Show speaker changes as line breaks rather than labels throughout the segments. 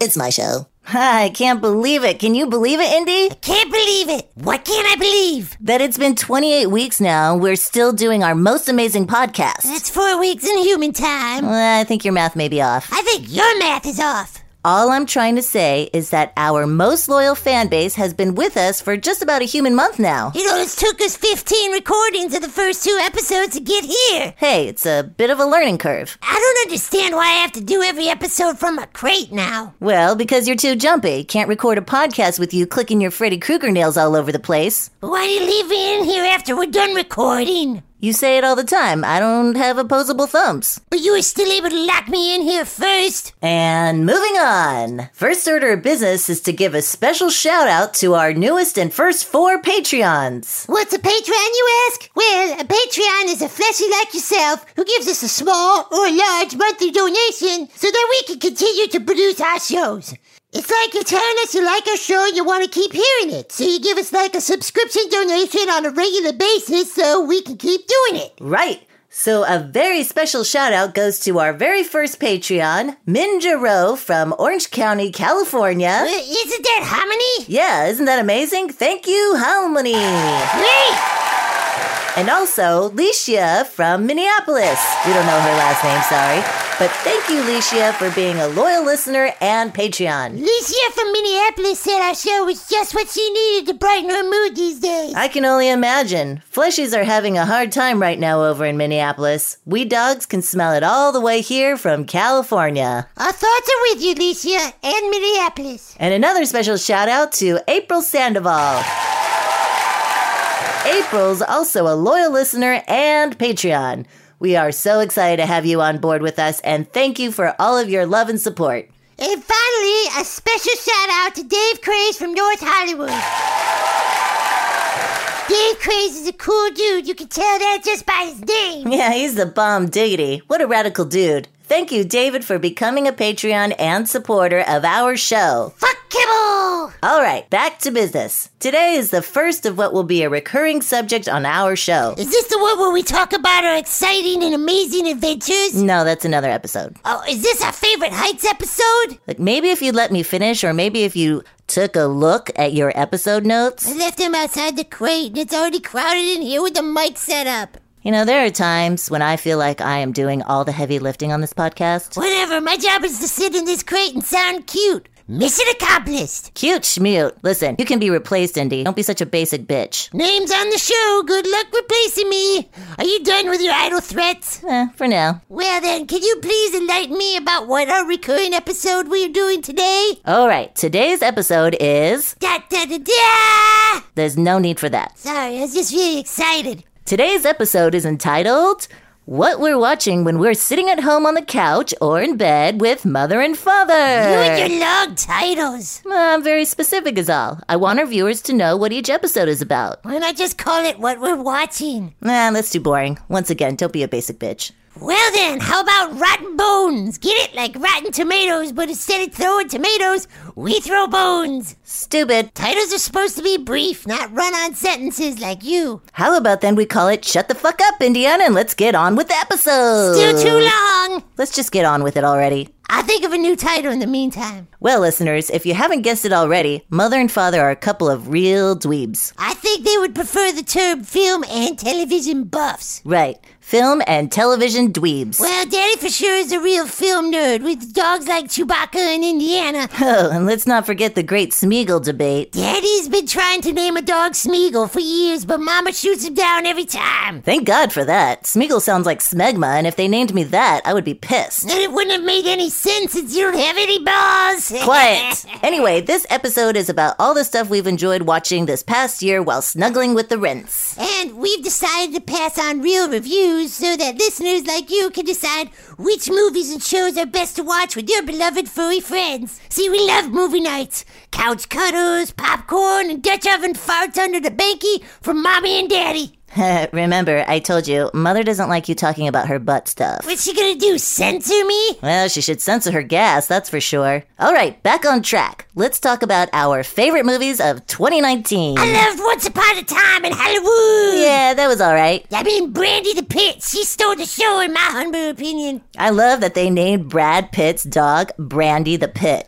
It's my show.
I can't believe it. Can you believe it, Indy?
Can't believe it. What can't I believe?
That it's been 28 weeks now. We're still doing our most amazing podcast.
That's four weeks in human time.
Well, I think your math may be off.
I think your math is off.
All I'm trying to say is that our most loyal fan base has been with us for just about a human month now.
You know, it took us 15 recordings of the first two episodes to get here.
Hey, it's a bit of a learning curve.
I don't understand why I have to do every episode from a crate now.
Well, because you're too jumpy. Can't record a podcast with you clicking your Freddy Krueger nails all over the place.
But why do you leave me in here after we're done recording?
You say it all the time. I don't have opposable thumbs.
But you were still able to lock me in here first.
And moving on. First order of business is to give a special shout out to our newest and first four Patreons.
What's a Patreon, you ask? Well, a Patreon is a fleshy like yourself who gives us a small or large monthly donation so that we can continue to produce our shows. It's like you're telling us you like our show and you want to keep hearing it. So you give us like a subscription donation on a regular basis so we can keep doing it.
Right. So a very special shout out goes to our very first Patreon, Minja Rowe from Orange County,
Uh,
California.
isn't that harmony?
Yeah, isn't that amazing? Thank you, Harmony.
Great!
And also Licia from Minneapolis. We don't know her last name, sorry. But thank you, Licia, for being a loyal listener and Patreon.
Licia from Minneapolis said our show was just what she needed to brighten her mood these days.
I can only imagine. Fleshies are having a hard time right now over in Minneapolis. We dogs can smell it all the way here from California.
Our thoughts are with you, Licia, and Minneapolis.
And another special shout out to April Sandoval. April's also a loyal listener and Patreon. We are so excited to have you on board with us and thank you for all of your love and support.
And finally, a special shout out to Dave Craze from North Hollywood. Dave Craze is a cool dude. You can tell that just by his name.
Yeah, he's the bomb diggity. What a radical dude. Thank you, David, for becoming a Patreon and supporter of our show.
Fuck Kibble!
All right, back to business. Today is the first of what will be a recurring subject on our show.
Is this the one where we talk about our exciting and amazing adventures?
No, that's another episode.
Oh, is this our favorite heights episode?
Like maybe if you let me finish, or maybe if you took a look at your episode
I
notes.
left him outside the crate, and it's already crowded in here with the mic set up.
You know, there are times when I feel like I am doing all the heavy lifting on this podcast.
Whatever, my job is to sit in this crate and sound cute. Mission accomplished.
Cute schmute. Listen, you can be replaced, Indy. Don't be such a basic bitch.
Name's on the show. Good luck replacing me. Are you done with your idle threats?
Eh, for now.
Well, then, can you please enlighten me about what our recurring episode we're doing today?
All right, today's episode is.
Da da da da!
There's no need for that.
Sorry, I was just really excited.
Today's episode is entitled What We're Watching When We're Sitting at Home on the Couch or in Bed with Mother and
You
Father. Ah,
and your long titles.
I'm very specific, is all. I want our viewers to know what each episode is about.
Why not just call it what we're watching?
Nah, Ah, that's too boring. Once again, don't be a basic bitch.
Well, then, how about rotten bones? Get it? Like rotten tomatoes, but instead of throwing tomatoes, we throw bones.
Stupid.
Titles are supposed to be brief, not run on sentences like you.
How about then we call it Shut the Fuck Up, Indiana, and let's get on with the episode?
Still too long!
Let's just get on with it already.
I'll think of a new title in the meantime.
Well, listeners, if you haven't guessed it already, Mother and Father are a couple of real dweebs.
I think they would prefer the term film and television buffs.
Right. Film and television dweebs.
Well, Daddy for sure is a real film nerd with dogs like Chewbacca and Indiana.
Oh, and let's not forget the great Smeagol debate.
Daddy's been trying to name a dog Smeagol for years, but Mama shoots him down every time.
Thank God for that. Smeagol sounds like smegma, and if they named me that, I would be pissed.
And it wouldn't have made any sense since you don't have any balls.
Quiet! Anyway, this episode is about all the stuff we've enjoyed watching this past year while snuggling with the rents.
And we've decided to pass on real reviews so that listeners like you can decide which movies and shows are best to watch with your beloved furry friends. See, we love movie nights. Couch cuddles, popcorn, and Dutch oven farts under the banky from mommy and daddy.
Remember, I told you, Mother doesn't like you talking about her butt stuff.
What's she gonna do? Censor me?
Well, she should censor her gas, that's for sure. All right, back on track. Let's talk about our favorite movies of 2019.
I loved Once Upon a Time in Hollywood.
Yeah, that was all right.
I mean, Brandy the Pit. She stole the show, in my humble opinion.
I love that they named Brad Pitt's dog Brandy the Pit.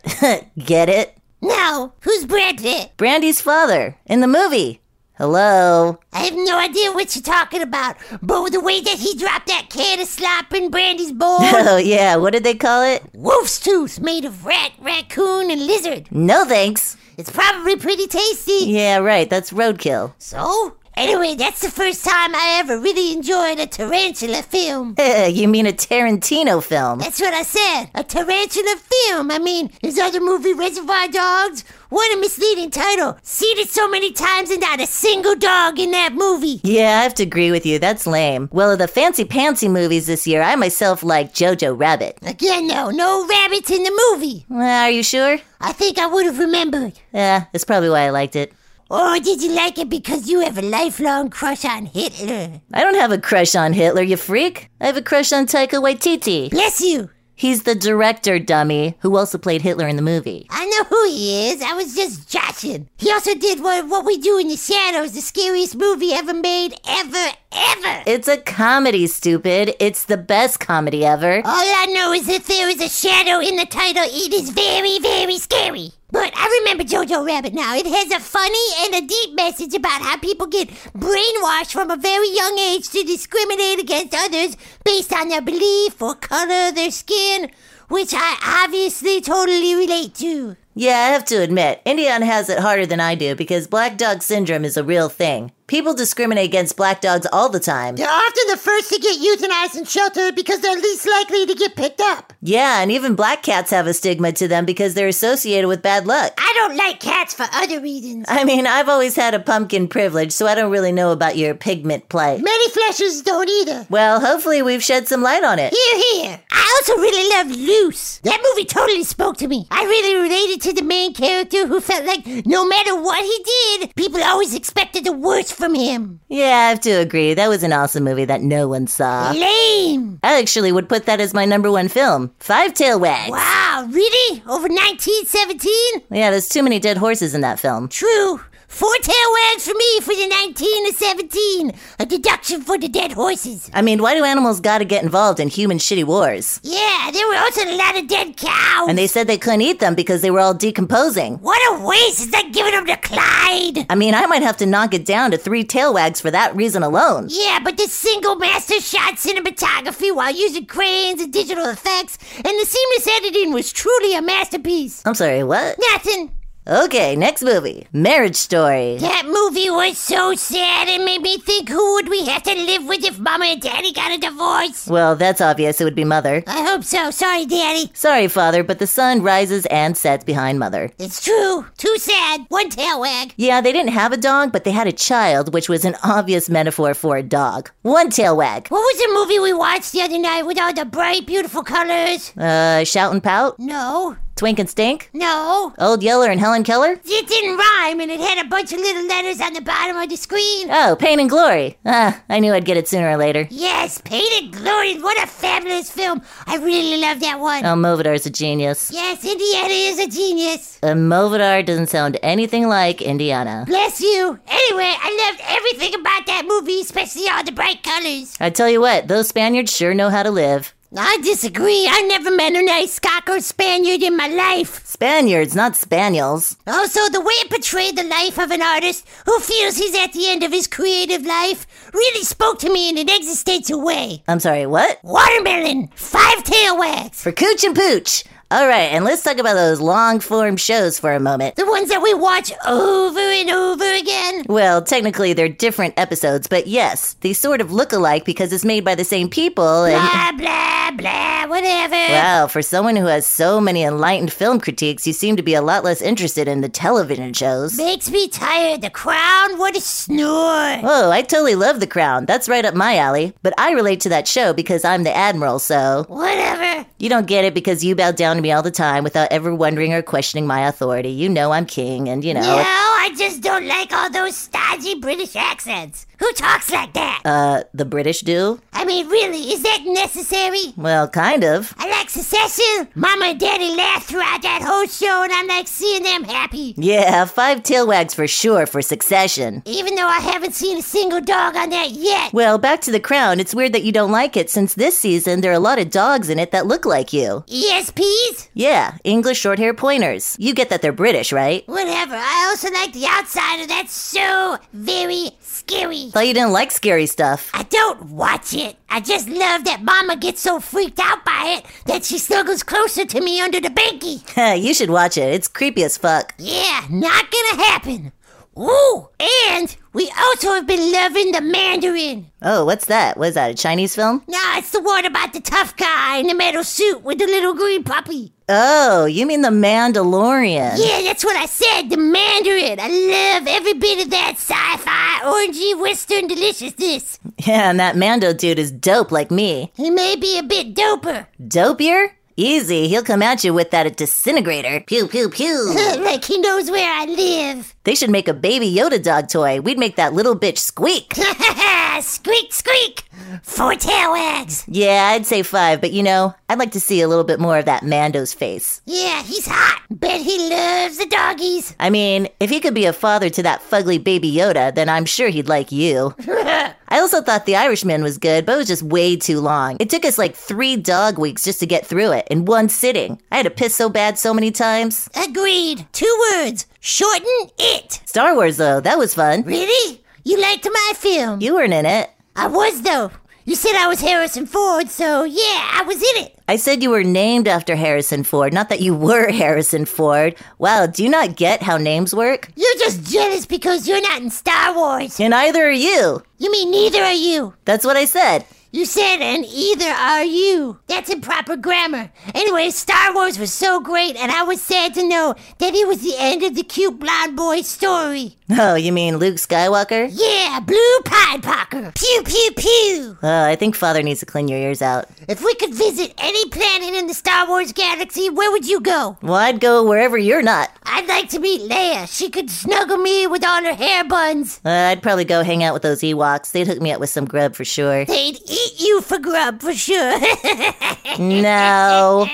Get it?
No, who's Brad Pitt?
Brandy's father in the movie. Hello.
I have no idea what you're talking about, but the way that he dropped that can of slop in Brandy's bowl,
Oh, yeah, what did they call it?
wolf's tooth made of rat, raccoon, and lizard.
No thanks.
It's probably pretty tasty.
Yeah, right, that's roadkill.
So, anyway, that's the first time I ever really enjoyed a tarantula film.
you mean a Tarantino film?
That's what I said. A tarantula film. I mean, his other movie, Reservoir Dogs. What a misleading title. Seen it so many times and not a single dog in that movie.
Yeah, I have to agree with you. That's lame. Well, of the fancy pantsy movies this year, I myself like Jojo Rabbit.
Again, no, no rabbits in the movie.
Well, are you sure?
I think I would have remembered.
Yeah, that's probably why I liked it.
Or Oh, did you like it because you have a lifelong crush on Hitler?
I don't have a crush on Hitler, you freak. I have a crush on Taika Waititi.
Bless you.
He's the director, dummy, who also played Hitler in the movie.
I know who he is. I was just joshing. He also did what, what We Do in the Shadows, the scariest movie ever made, ever, ever.
It's a comedy, stupid. It's the best comedy ever.
All I know is if there is a shadow in the title, it is very, very scary. But I remember Jojo Rabbit now. It has a funny and a deep message about how people get brainwashed from a very young age to discriminate against others based on their belief or color of their skin, which I obviously totally relate to.
Yeah, I have to admit, Indian has it harder than I do because black dog syndrome is a real thing. People discriminate against black dogs all the time.
They're often the first to get euthanized and sheltered because they're least likely to get picked up.
Yeah, and even black cats have a stigma to them because they're associated with bad luck.
I don't like cats for other reasons.
I mean, I've always had a pumpkin privilege, so I don't really know about your pigment plight.
Many fleshers don't either.
Well, hopefully we've shed some light on it.
Here, here. I also really loved Loose. That movie totally spoke to me. I really related to the main character who felt like no matter what he did, people always expected the worst from him.
Yeah, I have to agree. That was an awesome movie that no one saw.
Lame.
I actually would put that as my number one film Five Tail Wags.
Wow, really? Over 1917?
Yeah, there's too many dead horses in that film.
True. Four tail wags for me for the 19 to 17. A deduction for the dead horses.
I mean, why do animals gotta get involved in human shitty wars?
Yeah, there were also a lot of dead cows.
And they said they couldn't eat them because they were all decomposing.
what a waste. It's like giving them to Clyde.
I mean, I might have to knock it down to three tail wags for that reason alone.
Yeah, but the single master shot cinematography while using cranes and digital effects, and the seamless editing was truly a masterpiece.
I'm sorry, what?
Nothing.
Okay, next movie Marriage Story.
That movie was so sad and made me think who would we have to live with if Mama and Daddy got a divorce?
Well, that's obvious. It would be Mother.
I hope so. Sorry, Daddy.
Sorry, Father, but the sun rises and sets behind Mother.
It's true. Too sad. One tail wag.
Yeah, they didn't have a dog, but they had a child, which was an obvious metaphor for a dog. One tail wag.
What was the movie we watched the other night with all the bright, beautiful colors?
Uh, Shout and Pout?
No.
Twink and Stink?
No.
Old Yeller and Helen Keller?
It didn't rhyme, and it had a bunch of little letters on the bottom of the screen.
Oh, Pain and Glory. Ah, I knew I'd get it sooner or later.
Yes, Painted Glory. What a fabulous film. I really love that
Oh.
one.
Almovidar's a genius.
Yes, Indiana is a genius.
Almovidar doesn't sound anything like Indiana.
Bless you. Anyway, I loved everything about that movie, especially all the bright colors.
I tell you what, those Spaniards sure know how to live.
I disagree. I never met a nice cocker Spaniard in my life.
Spaniards, not Spaniels.
Also, the way it portrayed the life of an artist who feels he's at the end of his creative life really spoke to me in an existential way.
I'm sorry, what?
Watermelon, five tail wags.
For Cooch and Pooch. All right, and let's talk about those long form shows for a moment.
The ones that we watch over and over again.
Well, technically, they're different episodes, but yes, they sort of look alike because it's made by the same people. And
blah blah blah whatever
wow, for someone who has so many enlightened film critiques, you seem to be a lot less interested in the television shows.
makes me tired the crown what a snore
Oh, I totally love The Crown. That's right up my alley. But I relate to that show because I'm the Admiral, so
whatever
you don't get it because you bow down to me all the time without ever wondering or questioning my authority. You know I'm king, and you know.
No, I just don't like all those stodgy British accents. Who talks like that?
Uh, the British do?
I mean, really, is that necessary?
Well, kind of.
I like Cecil. Mama and Daddy laughed throughout that whole show, and I like seeing them happy.
Yeah, five tail wags for sure for succession.
Even though I haven't seen a single dog on that yet.
Well, back to the crown. It's weird that you don't like it since this season there are a lot of dogs in it that look like you.
E ESPs?
Yeah, English short hair pointers. You get that they're British, right?
Whatever. I also like the outside of that so very scary.
Thought you didn't like scary stuff.
I don't watch it. I just love that Mama gets so freaked out by it that she snuggles closer to me under the binky.
you should watch it. It's creepy as fuck.
Yeah, not gonna happen. Ooh, and we also have been loving the Mandarin.
Oh, what's that? Was that a Chinese film?
Nah, it's the one about the tough guy in the metal suit with the little green puppy.
Oh, you mean The Mandalorian?
Yeah, that's what I said, the Mandarin. I love every bit of that sci-fi, orangey, western deliciousness.
Yeah, and that Mando dude is dope like me.
He may be a bit doper,
Dopier? Easy, he'll come at you with that disintegrator. Pew, pew, pew.
like he knows where I live.
they should make a baby Yoda dog toy. We'd make that little bitch squeak.
squeak, squeak. Four tail wags.
Yeah, I'd say five, but you know, I'd like to see a little bit more of that Mando's face.
Yeah, he's hot. Bet he loves the doggies.
I mean, if he could be a father to that fugly baby Yoda, then I'm sure he'd like you. I also thought The Irishman was good, but it was just way too long. It took us like three dog weeks just to get through it in one sitting. I had to piss so bad so many times.
Agreed. Two words. Shorten it.
Star Wars, though, that was fun.
Really? You liked my film?
You weren't in it.
I was, though. You said I was Harrison Ford, so yeah, I was in it.
I said you were named after Harrison Ford, not that you were Harrison Ford. Wow, do you not get how names work?
You're just jealous because you're not in Star Wars.
And either are you.
You mean neither are you.
That's what I said.
You said, and either are you. That's improper grammar. Anyway, Star Wars was so great, and I was sad to know that it was the end of the cute blonde boy story.
Oh, you mean Luke Skywalker?
Yeah, Blue Pied Pocker. Pew, pew, pew.
Oh, I think father needs to clean your ears out.
If we could visit any planet in the Star Wars galaxy, where would you go?
Well, I'd go wherever you're not.
I'd like to meet Leia. She could snuggle me with all her hair buns.
Uh, I'd probably go hang out with those Ewoks. They'd hook me up with some grub for sure.
They'd eat you for grub for sure.
No.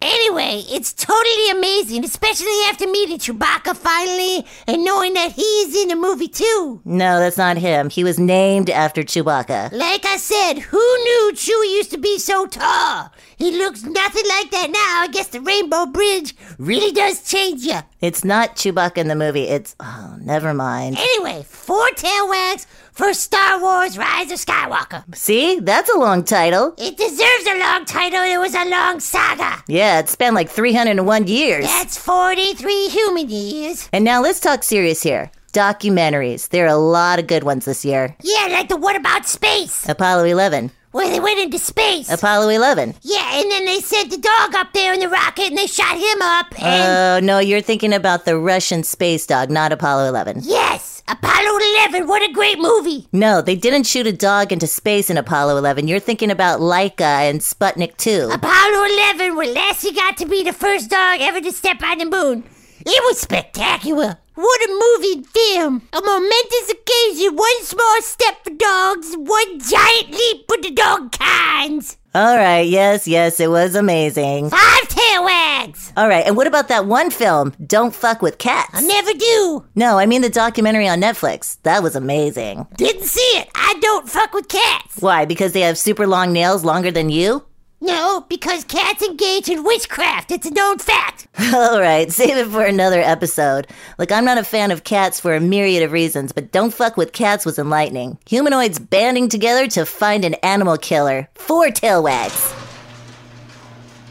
anyway, it's totally amazing, especially after meeting Chewbacca finally and knowing that he's in the movie too.
No, that's not him. He was named after Chewbacca.
Like I said, who knew Chewie used to be so tall? He looks nothing like that now. I guess the Rainbow Bridge really does change you.
It's not Chewbacca in the movie. It's. Oh, never mind.
Anyway, four tail wags for Star Wars Rise of Skywalker.
See? That's a long title.
It deserves a long title. It was a long saga.
Yeah, it spanned like 301 years.
That's 43 human years.
And now let's talk serious here. Documentaries. There are a lot of good ones this year.
Yeah, like the What About Space,
Apollo 11.
where they went into space.
Apollo 11.
yeah, and then they sent the dog up there in the rocket and they shot him up. And
Oh, no, you're thinking about the Russian space dog, not Apollo 11.
yes, Apollo 11. What a great movie.
No, they didn't shoot a dog into space in Apollo 11. You're thinking about Laika and Sputnik 2.
Apollo 11, where Lassie got to be the first dog ever to step on the moon. It was spectacular. What a movie film. A momentous occasion, one small step for dogs, one giant leap for the dog kinds.
All right, yes, yes, it was amazing.
Five tail wags.
All right, and what about that one film, Don't Fuck with Cats?
Never do.
No, I mean the documentary on Netflix. That was amazing.
Didn't see it. I don't fuck with cats.
Why? Because they have super long nails longer than you?
No, because cats engage in witchcraft. It's a known fact.
All right, save it for another episode. Look, I'm not a fan of cats for a myriad of reasons, but Don't Fuck with Cats was enlightening. Humanoids banding together to find an animal killer. Four tail wags.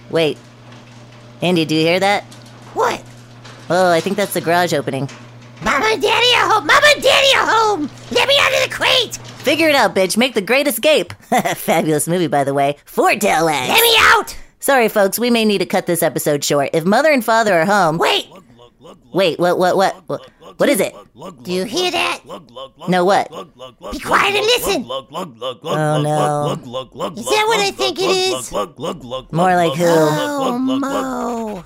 Wait. Andy, do you hear that?
What?
Oh, I think that's the garage opening.
Mama and daddy are home. Mama and daddy are home. Let me out of the crate.
Figure it out, bitch. Make the great escape. Fabulous movie, by the way. Four tail wags.
Let me out.
Sorry, folks, we may need to cut this episode short. If mother and father are home,
Wait.
Wait, what, what, what, what, what is it?
Do you hear that?
No, what?
Be quiet and listen. Oh
no.
Is that what I think it is?
More like who?
Oh,
Oh,
Mo.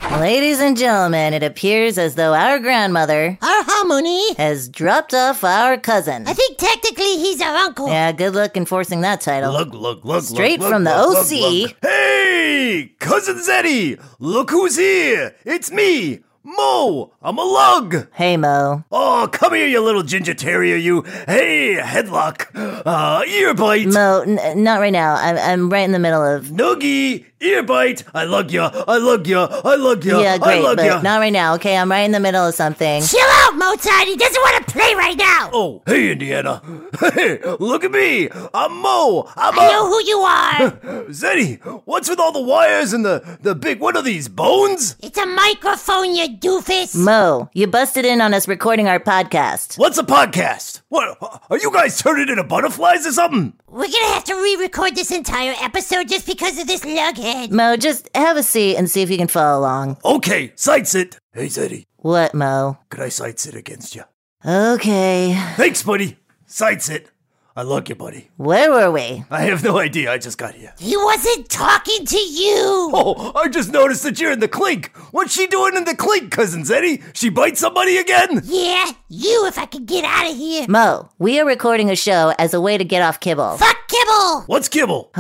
Mo.
Ladies and gentlemen, it appears as though our grandmother
Our harmony.
has dropped off our cousin.
I think technically he's our uncle.
Yeah, good luck enforcing that title.
Look, look, look,
Straight
look,
from the
look,
OC.
look, look. Hey, cousin Zeddy, look who's here! It's me, Mo. I'm a lug.
Hey, Mo.
Oh, come here, you little ginger terrier, you. Hey, headlock, uh, ear bite,
Mo, n- not right now. I'm, I'm right in the middle of.
noogie, ear bite. I lug ya, I lug ya, I lug ya,
Yeah,
I
great,
lug
but
ya.
not right now, okay? I'm right in the middle of something.
Chill out, Mozart. He doesn't want to play right now.
Oh, hey, Indiana. Hey, look at me. I'm Mo. I'm
I
a-
know who you are.
Zeddy, what's with all the wires and the, the big, what are these, bones?
it's a microphone, you doofus.
Mo, you busted in on us recording our podcast.
What's a podcast? What, are you guys turning into butterflies or something?
We're gonna have to re-record this entire episode just because of this lughead.
Mo, just have a seat and see if you can follow along.
Okay, sight sit. Hey, Zeddy,
What, Mo?
could I sight sit against you?
Okay.
Thanks, buddy. Sight sit. I love you, buddy.
Where were we?
I have no idea. I just got here.
He wasn't talking to you.
Oh, I just noticed that you're in the clink. What's she doing in the clink, cousin Zeddy? She bite somebody again?
Yeah, you. If I could get out of here.
Mo, we are recording a show as a way to get off kibble.
Fuck kibble.
What's kibble?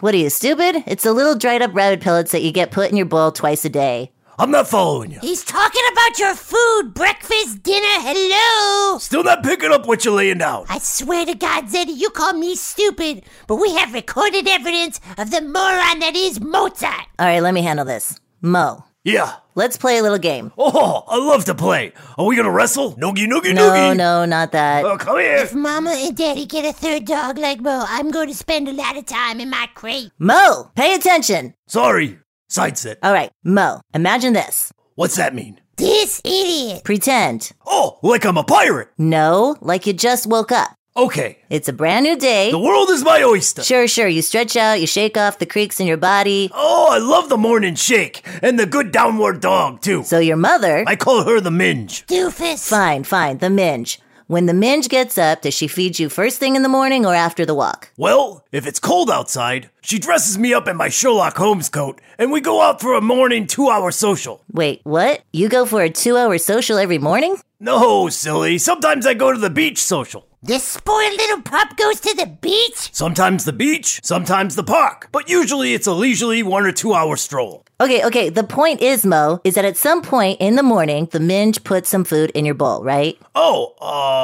What are you, stupid? It's the little dried up rabbit pellets that you get put in your bowl twice a day.
I'm not following you.
He's talking about your food, breakfast, dinner. Hello.
Still not picking up what you're laying down.
I swear to God, Zeddy, you call me stupid, but we have recorded evidence of the moron that is Mozart.
All right, let me handle this. Mo,
Yeah.
let's play a little game.
Oh, I love to play. Are we gonna wrestle? Noogie, noogie,
No,
noogie.
no, not that.
Oh, come here.
If Mama and Daddy get a third dog like Mo, I'm going to spend a lot of time in my crate.
Mo, pay attention.
Sorry. Side set.
All right, Mo, imagine this.
What's that mean?
This idiot.
Pretend.
Oh, like I'm a pirate.
No, like you just woke up.
Okay.
It's a brand new day.
The world is my oyster.
Sure, sure. You stretch out, you shake off the creaks in your body.
Oh, I love the morning shake and the good downward dog, too.
So your mother.
I call her the minge.
Doofus.
Fine, fine, the minge. When the minge gets up, does she feed you first thing in the morning or after the walk?
Well, if it's cold outside, she dresses me up in my Sherlock Holmes coat and we go out for a morning two hour social.
Wait, what? You go for a two hour social every morning?
No, silly. Sometimes I go to the beach social.
This spoiled little pup goes to the beach?
Sometimes the beach, sometimes the park, but usually it's a leisurely one or two hour stroll.
Okay, okay, the point is, Mo, is that at some point in the morning, the minge puts some food in your bowl, right?
Oh,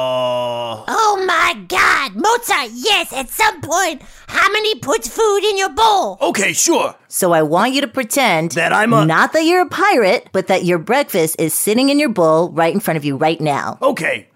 uh.
Oh my god, Mozart, yes, at some point, how many puts food in your bowl?
Okay, sure.
So I want you to pretend
That I'm a-
Not that you're a pirate, but that your breakfast is sitting in your bowl right in front of you right now.
Okay.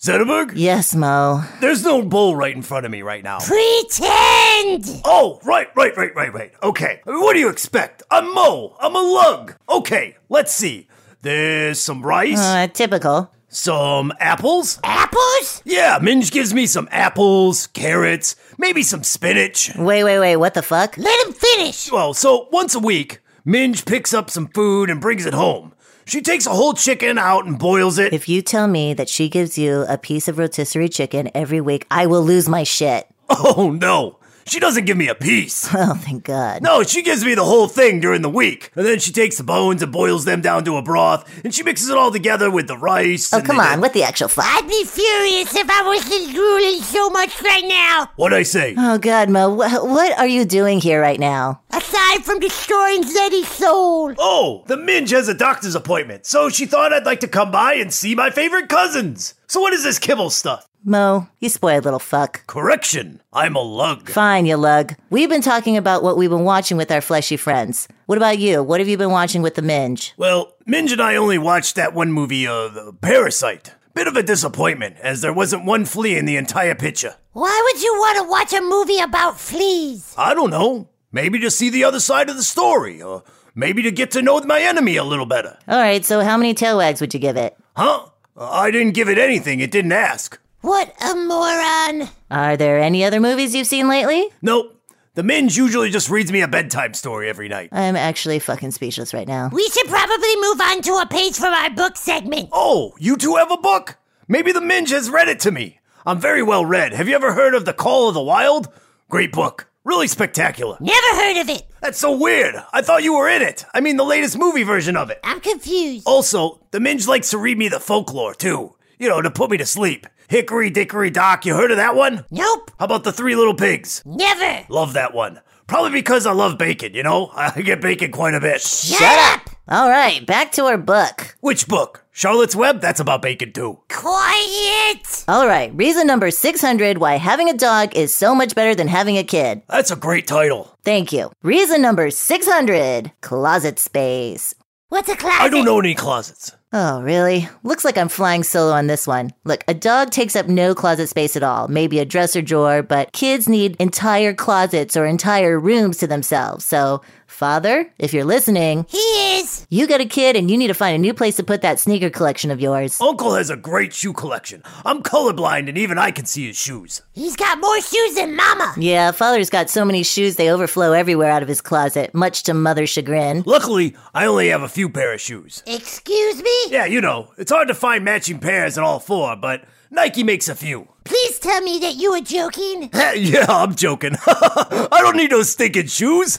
Zetterberg,
Yes, Mo.
there's no bowl right in front of me right now.
Pretend!
Oh, right, right, right, right, right. Okay. I mean, what do you expect? I'm Mo. I'm a lug. Okay, let's see. There's some rice,
Uh, typical.
some apples.
Apples?
Yeah, Minge gives me some apples, carrots, maybe some spinach.
Wait, wait, wait, what the fuck?
Let him finish!
Well, so once a week, Minge picks up some food and brings it home. She takes a whole chicken out and boils it.
If you tell me that she gives you a piece of rotisserie chicken every week, I will lose my shit.
oh no, she doesn't give me a piece.
Oh, thank God.
No, she gives me the whole thing during the week. And then she takes the bones and boils them down to a broth, and she mixes it all together with the rice.
oh,
and
come
the-
on. What the actual fuck?
I'd be furious if I wasn't drooling so much right now!
What'd I say?
Oh, God, Mo. Wh- what are you doing here right now?
Aside from destroying Zeddy's soul!
Oh, the Minge has a doctor's appointment, so she thought I'd like to come by and see my favorite cousins. So what is this kibble stuff?
Mo, you spoiled little fuck.
Correction, I'm a lug.
Fine, you lug. We've been talking about what we've been watching with our fleshy friends. What about you? What have you been watching with the Minge?
Well, Minge and I only watched that one movie, uh, The Parasite. Bit of a disappointment, as there wasn't one flea in the entire picture.
Why would you want to watch a movie about fleas?
I don't know. Maybe to see the other side of the story, or maybe to get to know my enemy a little better.
All right, so how many tail wags would you give it?
Huh? I didn't give it anything, it didn't ask.
What a moron!
Are there any other movies you've seen lately?
Nope. The Minge usually just reads me a bedtime story every night.
I'm actually fucking speechless right now.
We should probably move on to a page from our book segment.
Oh, you two have a book? Maybe the Minge has read it to me. I'm very well read. Have you ever heard of The Call of the Wild? Great book. Really spectacular.
Never heard of it.
That's so weird. I thought you were in it. I mean, the latest movie version of it.
I'm confused.
Also, the Minge likes to read me the folklore, too. You know, to put me to sleep. Hickory Dickory Dock, you heard of that one?
Nope.
How about The Three Little Pigs?
Never.
Love that one. Probably because I love bacon, you know? I get bacon quite a bit.
Shut, up.
All right, back to our book.
Which book? Charlotte's Web? That's about bacon, too.
Quiet.
All right, reason number 600 why having a dog is so much better than having a kid.
That's a great title.
Thank you. Reason number 600 closet space.
What's a closet?
I don't know any closets.
Oh, really? Looks like I'm flying solo on this one. Look, a dog takes up no closet space at all, maybe a dresser drawer, but kids need entire closets or entire rooms to themselves. So, father, if you're listening,
He is.
you got a kid and you need to find a new place to put that sneaker collection of yours.
Uncle has a great shoe collection. I'm colorblind and even I can see his shoes.
He's got more shoes than Mama.
Yeah, father's got so many shoes they overflow everywhere out of his closet, much to mother's chagrin.
Luckily, I only have a few pair of shoes.
Excuse me?
Yeah, you know, it's hard to find matching pairs in all four, but Nike makes a few.
Please tell me that you were joking.
yeah, I'm joking. I don't need those stinking shoes.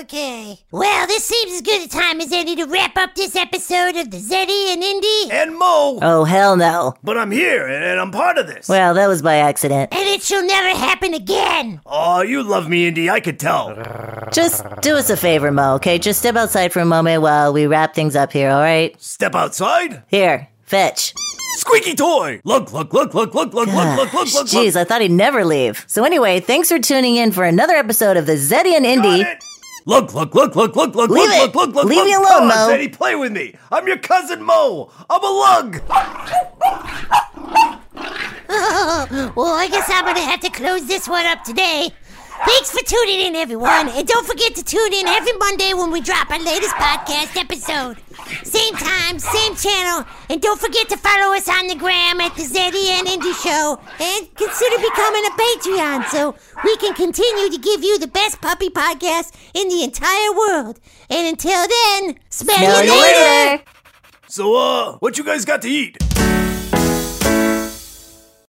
okay. Well, this seems as good a time as any to wrap up this episode of the Zeddy and Indy.
And Mo.
Oh, hell no.
But I'm here and, and I'm part of this.
Well, that was by accident.
And it shall never happen again.
Aw, you love me, Indy. I could tell.
Just do us a favor, Mo, okay? Just step outside for a moment while we wrap things up here, all right?
Step outside.
Here, fetch.
Squeaky toy. Look, look, look, look, look, look, look, look, look, look, look.
Jeez, I thought he'd never leave. So anyway, thanks for tuning in for another episode of the Zeddy and
Got
Indy.
it. Look, look, look, look, look, look,
Leave
look,
it.
look, look, look,
Leave
look.
me alone,
God,
Mo.
Zeddy, play with me. I'm your cousin Mo. I'm a lug.
Well, I guess I'm gonna have to close this one up today. Thanks for tuning in, everyone, and don't forget to tune in every Monday when we drop our latest podcast episode. Same time, same channel, and don't forget to follow us on the gram at the Zeddy and Indie Show, and consider becoming a Patreon so we can continue to give you the best puppy podcast in the entire world. And until then, smell,
Smell
you
you
later.
later.
So, uh, what you guys got to eat?